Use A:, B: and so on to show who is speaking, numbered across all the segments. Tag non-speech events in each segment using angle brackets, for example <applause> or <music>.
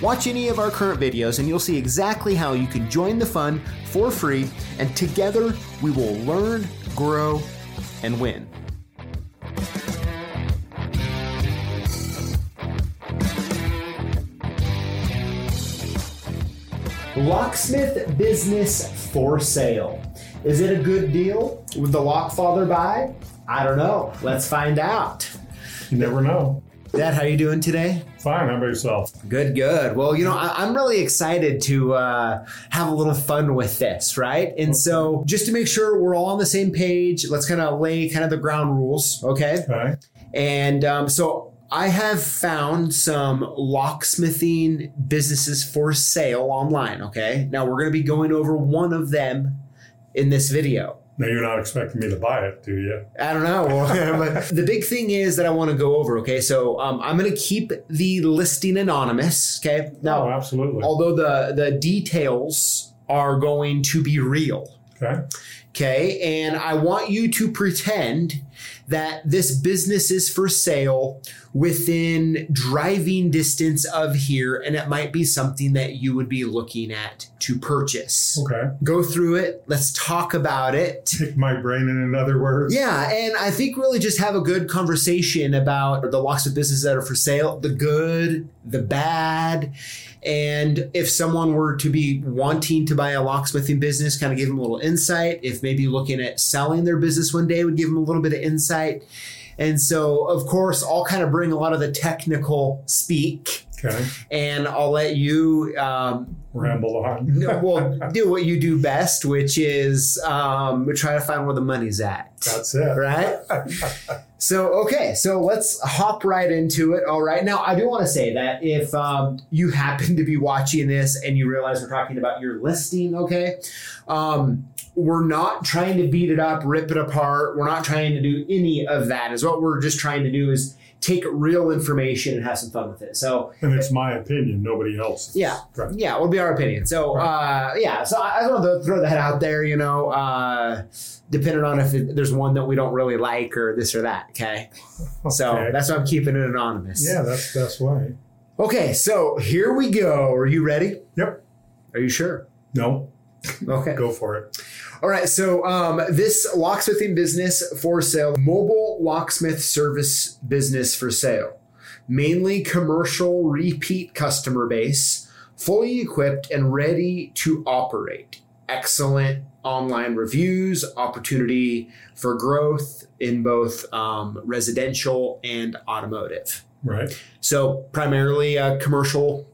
A: Watch any of our current videos, and you'll see exactly how you can join the fun for free, and together we will learn, grow, and win. Locksmith business for sale. Is it a good deal? Would the Lockfather buy? I don't know. Let's find out.
B: You never know.
A: Dad, how you doing today?
B: Fine, how about yourself?
A: Good, good. Well, you know, I, I'm really excited to uh, have a little fun with this, right? And so, just to make sure we're all on the same page, let's kind of lay kind of the ground rules, okay?
B: Okay.
A: And um, so I have found some locksmithing businesses for sale online. Okay. Now we're going to be going over one of them in this video.
B: Now you're not expecting me to buy it, do you?
A: I don't know. <laughs> But the big thing is that I want to go over. Okay. So um, I'm going to keep the listing anonymous. Okay.
B: oh,
A: Now,
B: absolutely.
A: although the, the details are going to be real.
B: Okay.
A: Okay. And I want you to pretend that this business is for sale within driving distance of here. And it might be something that you would be looking at to purchase.
B: Okay.
A: Go through it. Let's talk about it.
B: Pick my brain in another word.
A: Yeah, and I think really just have a good conversation about the locksmith businesses that are for sale, the good, the bad, and if someone were to be wanting to buy a locksmithing business, kind of give them a little insight. If maybe looking at selling their business one day would give them a little bit of insight. And so, of course, I'll kind of bring a lot of the technical speak,
B: Okay.
A: and I'll let you um, <laughs>
B: Ramble on.
A: no, well, do what you do best, which is um, try to find where the money's at.
B: <laughs> That's it.
A: Right? So, okay, so let's hop right into it. All right. Now, I do want to say that if um, you happen to be watching this and you realize we're talking about your listing, okay, um, we're not trying to beat it up, rip it apart. We're not trying to do any of that. Is what we're just trying to do is take real information and have some fun with it. So,
B: And it's my opinion, nobody else.
A: Yeah.
B: Right.
A: Yeah, it'll be our opinion. So, uh, yeah, so I, I want to throw that out there, you know, uh, depending on if it, there's one that we don't really like or this or that. Okay. So
B: Okay.
A: that's why I'm keeping it anonymous.
B: Yeah, that's the best way.
A: Okay. So here we go. Are you ready?
B: Yep.
A: Are you sure?
B: No,
A: Okay.
B: go for it.
A: All right. So um, this locksmithing business for sale, mobile locksmith service business for sale, mainly commercial repeat customer base, fully equipped and ready to operate. Excellent online reviews, opportunity for growth in both um, residential and automotive.
B: Right.
A: So primarily a commercial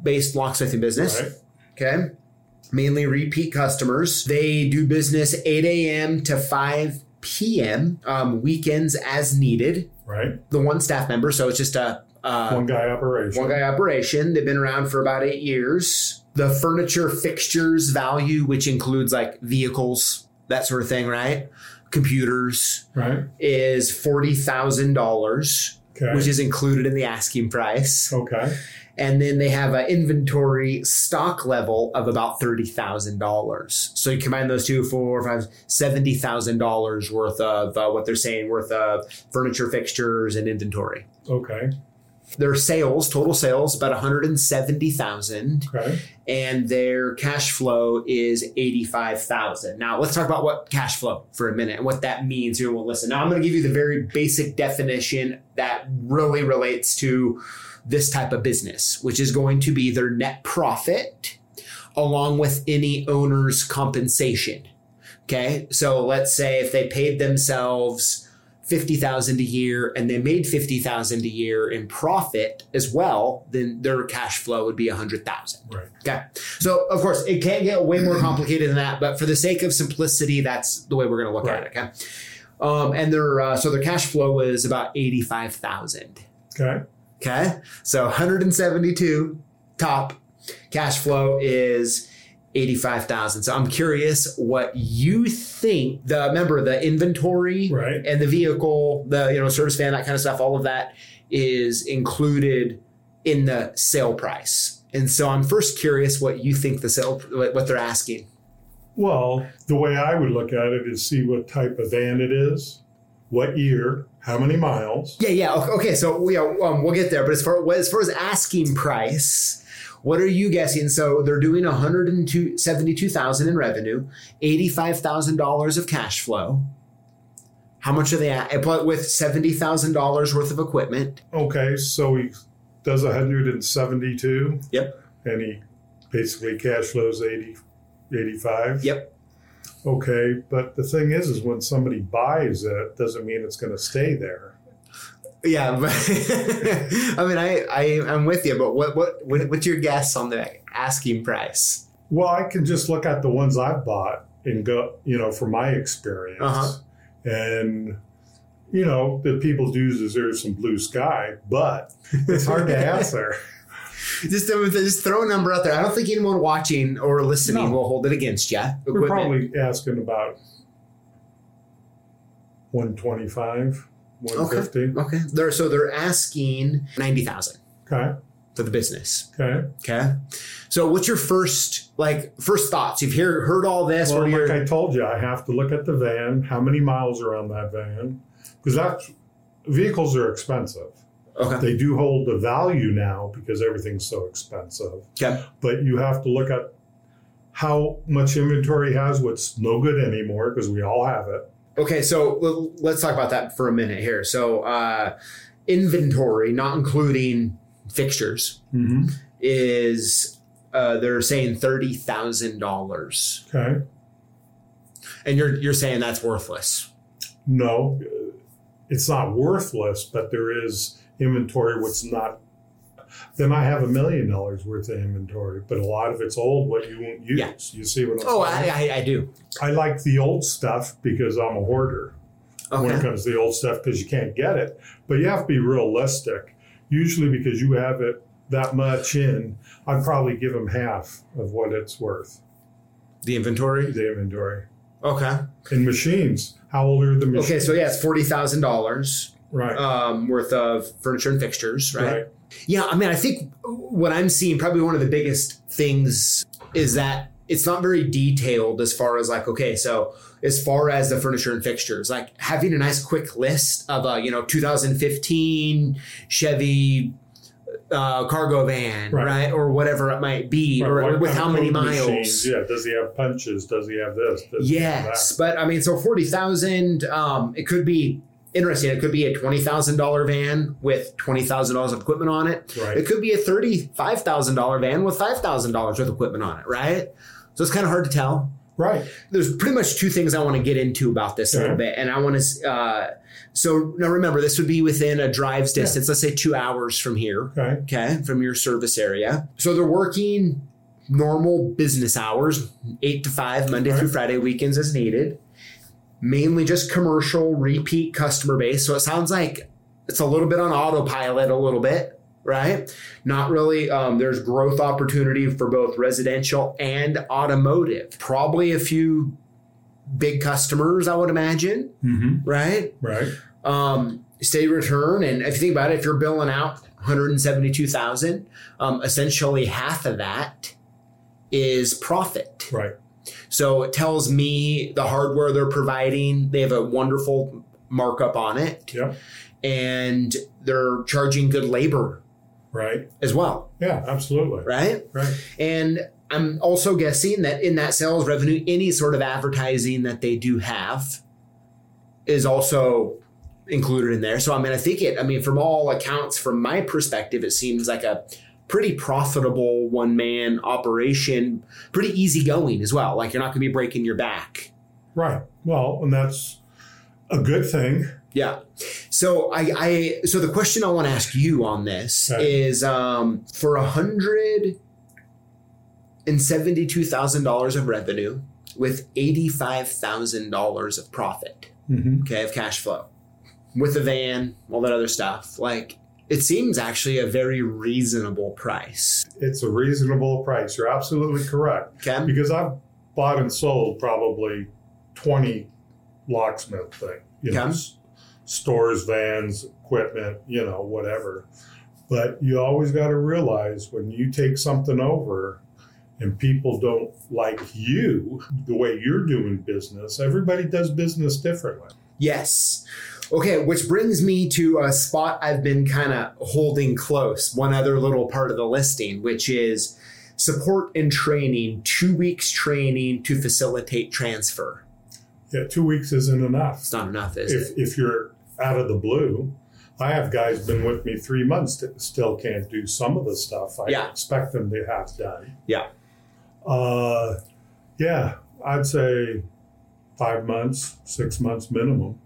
A: based locksmithing business.
B: Right.
A: Okay. Mainly repeat customers. They do business 8 a.m. to 5 p.m. Um, weekends as needed.
B: Right.
A: The one staff member, so it's just a uh,
B: One guy operation.
A: one guy operation. They've been around for about eight years. The furniture fixtures value, which includes like vehicles, that sort of thing, right? Computers,
B: Right.
A: is forty thousand dollars,
B: Okay.
A: which is included in the asking price
B: okay.
A: and then they have an inventory stock level of about thirty thousand dollars. So you combine those two, four, five, seventy thousand dollars worth of uh, what they're saying worth of furniture fixtures and inventory.
B: Okay.
A: Their sales, total sales, about one hundred and seventy thousand,
B: Okay.
A: and their cash flow is eighty-five thousand. Now let's talk about what cash flow for a minute and what that means. Here, we'll listen. Now I'm going to give you the very basic definition that really relates to this type of business, which is going to be their net profit along with any owner's compensation. Okay. So let's say if they paid themselves 50,000 a year and they made 50,000 a year in profit as well, then their cash flow would be 100,000.
B: Right.
A: Okay. So, of course, it can get way more complicated than that, but for the sake of simplicity, that's the way we're going to look at it. Okay. Um, and their uh, so their cash flow was about 85,000.
B: Okay.
A: Okay. So 172 top, Cash flow is 85,000. So I'm curious what you think the remember the inventory
B: Right.
A: and the vehicle, the you know service van, that kind of stuff, all of that is included in the sale price. And so I'm first curious what you think the sale what what they're asking.
B: Well, the way I would look at it is see what type of van it is, what year, how many miles.
A: Yeah, yeah. o- Okay, so we are, um, we'll get there. But as far as far as asking price, what are you guessing? So they're doing one hundred and two seventy two thousand in revenue, eighty five thousand dollars of cash flow. How much are they at? But with seventy thousand dollars worth of equipment.
B: Okay, so he does 172.
A: Yep.
B: And he basically cash flows 80, 85.
A: Yep.
B: Okay, but the thing is, is when somebody buys it, doesn't mean it's going to stay there.
A: Yeah, <laughs> but I mean, I I am with you. But what what what- what's your guess on the asking price?
B: Well, I can just look at the ones I've bought and go, you know, from my experience.
A: Uh-huh.
B: And, you know, the people do deserve some blue sky, but it's hard to answer.
A: Just, um, just throw a number out there. I don't think anyone watching or listening
B: No.
A: will hold it against you.
B: We're probably asking about 125, 150.
A: Okay. They're so they're asking ninety thousand
B: Okay.
A: for the business.
B: Okay.
A: Okay. So what's your first like first thoughts? You've hear, heard all this.
B: well,
A: what are
B: like
A: your-
B: I told you, I have to look at the van, how many miles are on that van, because that's vehicles are expensive.
A: okay.
B: They do hold the value now because everything's so expensive.
A: Okay.
B: But you have to look at how much inventory has, what's no good anymore, because we all have it.
A: Okay. So l- let's talk about that for a minute here. So uh, inventory, not including fixtures,
B: Mm-hmm.
A: is uh, they're saying thirty thousand dollars,
B: Okay.
A: and you're you're saying that's worthless.
B: No, uh, it's not worthless, but there is inventory what's not. Then I have a million dollars worth of inventory, but a lot of it's old, what you won't use.
A: Yeah.
B: You see what I'm
A: Oh,
B: saying?
A: I, I, I do.
B: I like the old stuff because I'm a hoarder when it
A: Okay.
B: comes to the old stuff because you can't get it. But you have to be realistic. Usually, because you have it that much in, I'd probably give them half of what it's worth,
A: The inventory.
B: the inventory.
A: Okay.
B: And machines, how old are the machines?
A: Okay. So yeah, it's forty thousand dollars.
B: right,
A: um, worth of furniture and fixtures, right?
B: right.
A: Yeah, I mean, I think what I'm seeing probably one of the biggest things is that it's not very detailed as far as like, okay, so as far as the furniture and fixtures, like having a nice quick list of a, you know, 2015 Chevy uh, cargo van, right.
B: Right.
A: Or whatever it might be,
B: Right,
A: or
B: what
A: with
B: kind
A: how
B: of
A: many
B: food
A: miles.
B: machines? Yeah, does he have punches? Does he have this? Does he have
A: Yes, but I mean, so forty thousand. Um, it could be interesting. It could be a twenty thousand dollar van with twenty thousand dollars of equipment on it.
B: that? Right.
A: It could be a thirty-five thousand dollar van with five thousand dollars worth of equipment on it. Right. So it's kind of hard to tell.
B: Right.
A: There's pretty much two things I want to get into about this a little
B: Okay.
A: bit, and I want to. Uh, so now remember, this would be within a drive's distance. Let's say two hours from here.
B: Okay.
A: Okay, from your service area. So they're working normal business hours, eight to five, Monday
B: Right.
A: through Friday, weekends as needed. Mainly just commercial, repeat customer base. So it sounds like it's a little bit on autopilot, a little bit, right? Not really. Um, there's growth opportunity for both residential and automotive. Probably a few big customers, I would imagine,
B: Mm-hmm.
A: right?
B: Right.
A: um, state return. And if you think about it, if you're billing out 172,000, um, essentially half of that is profit.
B: Right.
A: So it tells me the hardware they're providing, they have a wonderful markup on it,
B: Yep.
A: and they're charging good labor
B: Right.
A: as well,
B: Yeah. Absolutely.
A: right?
B: Right.
A: And I'm also guessing that in that sales revenue, any sort of advertising that they do have is also included in there. So I mean, I think it. I mean, from all accounts, from my perspective, it seems like a pretty profitable one man operation, pretty easy going as well. Like you're not going to be breaking your back.
B: Right. Well, and that's a good thing.
A: Yeah. So I, I so the question I want to ask you on this
B: Okay.
A: is um, for a hundred and seventy two thousand dollars of revenue with eighty five thousand dollars of profit,
B: Mm-hmm.
A: okay, of cash flow, with a van, all that other stuff. Like, It seems actually a very reasonable price.
B: It's a reasonable price. You're absolutely correct.
A: Okay.
B: Because I've bought and sold probably 20 locksmith thing, you know,
A: Yeah.
B: s- stores, vans, equipment, you know, whatever. But you always got to realize when you take something over and people don't like you, the way you're doing business, everybody does business differently.
A: Yes. Okay, which brings me to a spot I've been kind of holding close, one other little part of the listing, which is support and training, two weeks training to facilitate transfer.
B: Yeah, two weeks isn't enough.
A: It's not enough, is it?
B: If, if you're out of the blue, I have guys been with me three months that still can't do some of the stuff I
A: Yeah.
B: expect them to have done.
A: Yeah.
B: Uh, yeah, I'd say five months, six months minimum.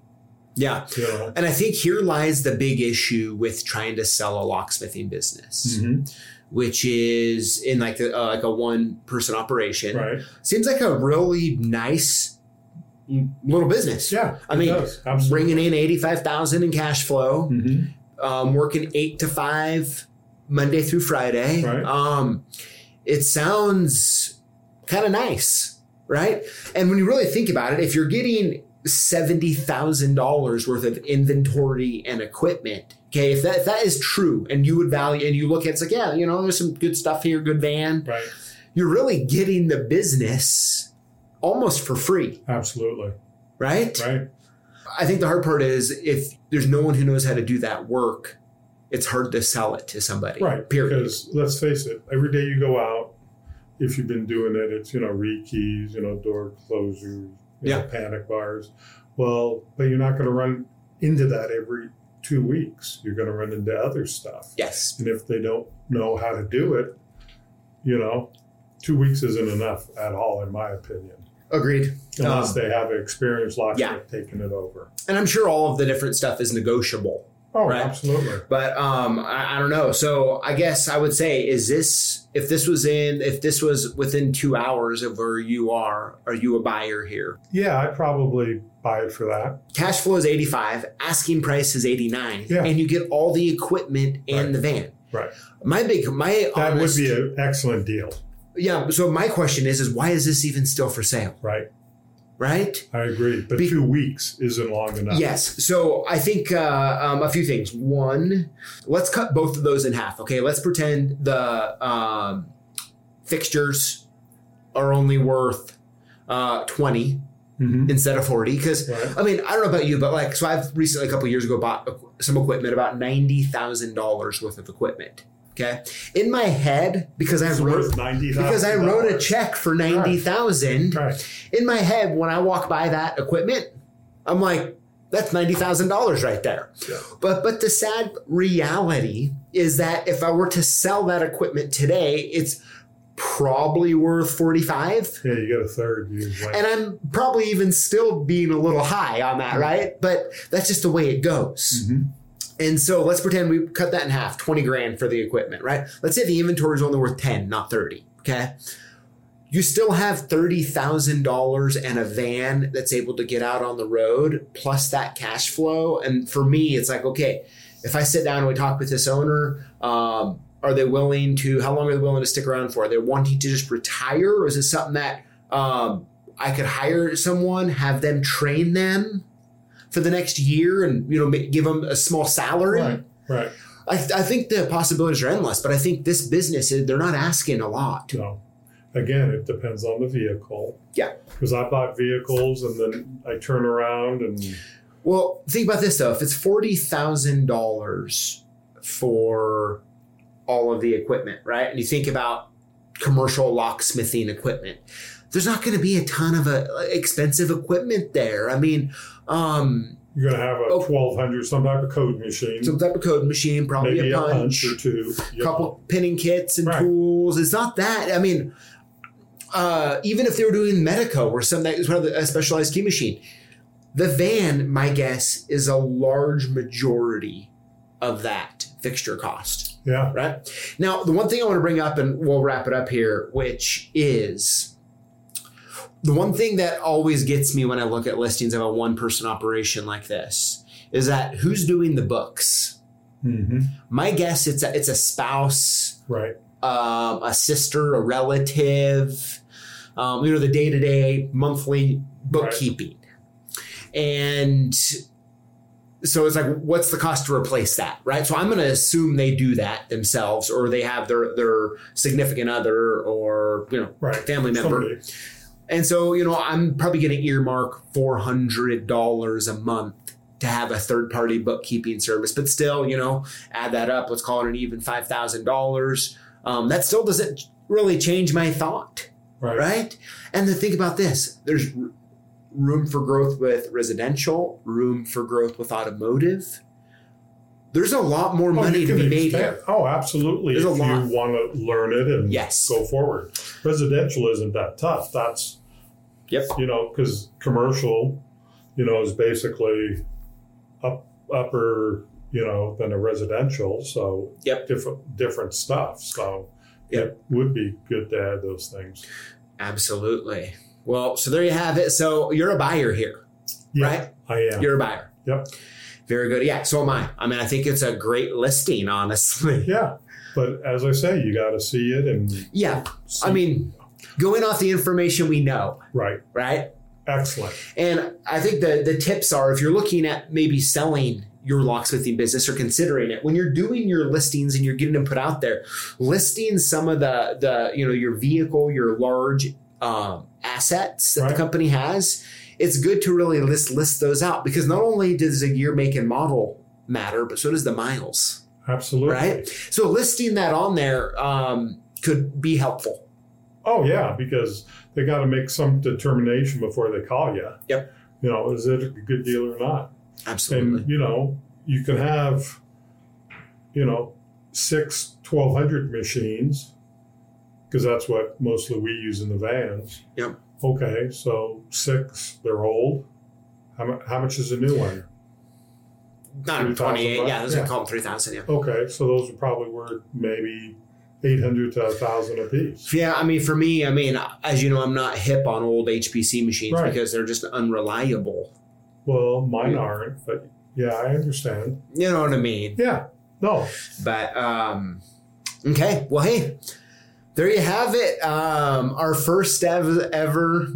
A: Yeah. <laughs>
B: You know.
A: And I think here lies the big issue with trying to sell a locksmithing business,
B: Mhm,
A: which is in like a, uh, like a one person operation.
B: Right.
A: Seems like a really nice mm, little business.
B: Yeah.
A: I
B: it
A: mean,
B: does, absolutely.
A: Bringing in 85,000 in cash flow.
B: Mhm,
A: um, working eight to five Monday through Friday.
B: Right.
A: Um, it sounds kind of nice, right? And when you really think about it, if you're getting seventy thousand dollars worth of inventory and equipment, okay, if that if that is true, and you would value, and you look at it's like, yeah, you know, there's some good stuff here, good van.
B: Right.
A: You're really getting the business almost for free,
B: Absolutely.
A: right?
B: Right.
A: I think the hard part is if there's no one who knows how to do that work, it's hard to sell it to somebody.
B: Right.
A: Period.
B: Because let's face it, every day you go out, if you've been doing it, it's, you know, read keys, you know, door closures, you
A: Yeah.
B: know, panic bars. Well, but you're not going to run into that every two weeks. You're going to run into other stuff.
A: Yes.
B: And if they don't know how to do it, you know, two weeks isn't enough at all, in my opinion,
A: Agreed.
B: unless
A: Um,
B: they have an experienced locksmith
A: yeah.
B: taking it over.
A: And I'm sure all of the different stuff is negotiable.
B: Oh,
A: Right.
B: absolutely.
A: But um, I, I don't know. So I guess I would say, is this if this was in if this was within two hours of where you are, are you a buyer here?
B: Yeah, I'd probably buy it for that.
A: Cash flow is 85, asking price is 89,
B: Yeah.
A: and you get all the equipment and
B: Right.
A: the van.
B: Right.
A: My big my
B: That
A: honest,
B: would be an excellent deal,
A: yeah. So my question is, is why is this even still for sale?
B: right?
A: right?
B: I agree, but
A: Be-
B: two weeks isn't long enough.
A: Yes. So I think uh, um, a few things. One, let's cut both of those in half. Okay, let's pretend the um, fixtures are only worth uh, twenty
B: Mhm.
A: instead of forty. Because
B: Right.
A: I mean, I don't know about you, but like, so I've recently a couple years ago bought equ- some equipment, about ninety thousand dollars worth of equipment. Okay, in my head, because I
B: It's
A: wrote
B: worth ninety
A: because I wrote a check for ninety thousand.
B: Right.
A: in my head when I walk by that equipment, I'm like, that's ninety thousand dollars right there.
B: Yeah.
A: But but the sad reality is that if I were to sell that equipment today, it's probably worth forty five.
B: Yeah, you get a third usually.
A: And I'm probably even still being a little high on that, right? But that's just the way it goes.
B: Mhm.
A: And so let's pretend we cut that in half, 20 grand for the equipment, right? Let's say the inventory is only worth 10, not 30, okay? You still have $30,000 and a van that's able to get out on the road plus that cash flow. And for me, it's like, okay, if I sit down and we talk with this owner, um, are they willing to, how long are they willing to stick around for? Are they wanting to just retire or is it something that um, I could hire someone, have them train them? For the next year, and you know, ma- give them a small salary.
B: right. Right.
A: I, I think the possibilities are endless, but I think this business is- they're not asking a lot.
B: No. Again, it depends on the vehicle.
A: Yeah.
B: Because I bought vehicles and then I turn around and
A: Well, think about this though: if it's forty thousand dollars for all of the equipment, right? And you think about commercial locksmithing equipment, there's not going to be a ton of uh, expensive equipment there. I mean, um,
B: you're going to have a
A: Oh.
B: twelve hundred some type of code machine,
A: some type of code machine, probably
B: maybe
A: a punch,
B: or two. you know.
A: couple pinning kits and
B: Right.
A: tools. It's not that. I mean, uh, even if they were doing Medico or some that is one of the, a specialized key machine, the van, my guess, is a large majority of that fixture cost.
B: Yeah.
A: Right now, the one thing I want to bring up, and we'll wrap it up here, which is. The one thing that always gets me when I look at listings of a one person operation like this is that who's doing the books?
B: hmm
A: My guess it's a, it's a spouse,
B: Right.
A: um, a sister, a relative, um, you know, the day to day monthly bookkeeping. And so it's like, what's the cost to replace that, right? So I'm going to assume they do that themselves, or they have their their significant other, or you know,
B: Right.
A: family member.
B: Somebody.
A: And so, you know, I'm probably going to earmark $400 a month to have a third party bookkeeping service. But still, you know, add that up, let's call it an even $5,000. Um, that still doesn't really change my thought,
B: Right.
A: right? And then think about this there's r- room for growth with residential, room for growth with automotive. There's a lot more
B: Oh,
A: money
B: you
A: to
B: can
A: be made
B: expand-
A: here.
B: Oh, absolutely.
A: There's a
B: if
A: lot.
B: you want to learn it and
A: Yes.
B: go forward, residential isn't that tough. That's
A: Yep.
B: you know because commercial, you know, is basically up upper you know than a residential, so
A: Yep.
B: different different stuff. So
A: Yep.
B: it would be good to add those things.
A: Absolutely. Well, so there you have it. So you're a buyer here,
B: Yeah,
A: right?
B: I am.
A: You're a buyer.
B: Yep.
A: Very good. Yeah, so am I. I mean, I think it's a great listing, honestly.
B: <laughs> yeah, but as I say, you got to see it and
A: Yeah.
B: see,
A: I mean, going off the information we know,
B: right.
A: right?
B: Excellent.
A: And I think the the tips are if you're looking at maybe selling your locksmithing business or considering it, when you're doing your listings and you're getting them put out there, listing some of the the you know your vehicle, your large um, assets that the
B: Right.
A: company has, it's good to really list list those out because not only does the year, make, and model matter, but so does the miles.
B: Absolutely.
A: Right? So listing that on there um, could be helpful.
B: Oh yeah, because they got to make some determination before they call you.
A: Yep.
B: You know, is it a good deal or not?
A: Absolutely.
B: And you know, you can have, you know, six 1200 machines, because that's what mostly we use in the vans.
A: Yep.
B: Okay, so six, they're old. How, mu- how much is a new one?
A: Not
B: 3,000
A: 28.
B: bucks?
A: Yeah, those are
B: Yeah.
A: called 3,000. Yeah.
B: Okay, so those are probably worth maybe 800 to 1000 a piece.
A: Yeah, I mean, for me, I mean, as you know, I'm not hip on old HPC machines
B: Right.
A: because they're just unreliable.
B: Well, mine
A: Yeah.
B: aren't, but yeah, I understand.
A: You know what I mean?
B: Yeah, no,
A: But, um, okay. Well, hey, there you have it. Um, our first ever, ever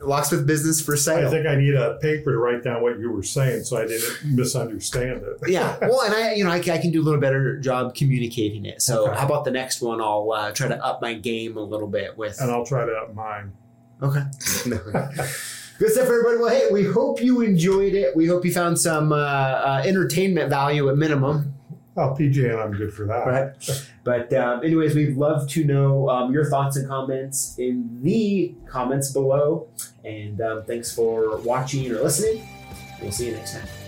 A: locksmith business for sale.
B: I think I need a paper to write down what you were saying so I didn't misunderstand it.
A: yeah. Well, and I, you know, I, ca- I can do a little better job communicating it. So,
B: Okay.
A: how about the next one? I'll uh, try to up my game a little bit with.
B: And I'll try to up mine.
A: Okay. Good stuff, everybody. Well, hey, we hope you enjoyed it. We hope you found some uh, uh, entertainment value at minimum.
B: Oh, PJ and I'm good for that.
A: Right. But, um, anyways, we'd love to know um, your thoughts and comments in the comments below. And um, thanks for watching or listening. We'll see you next time.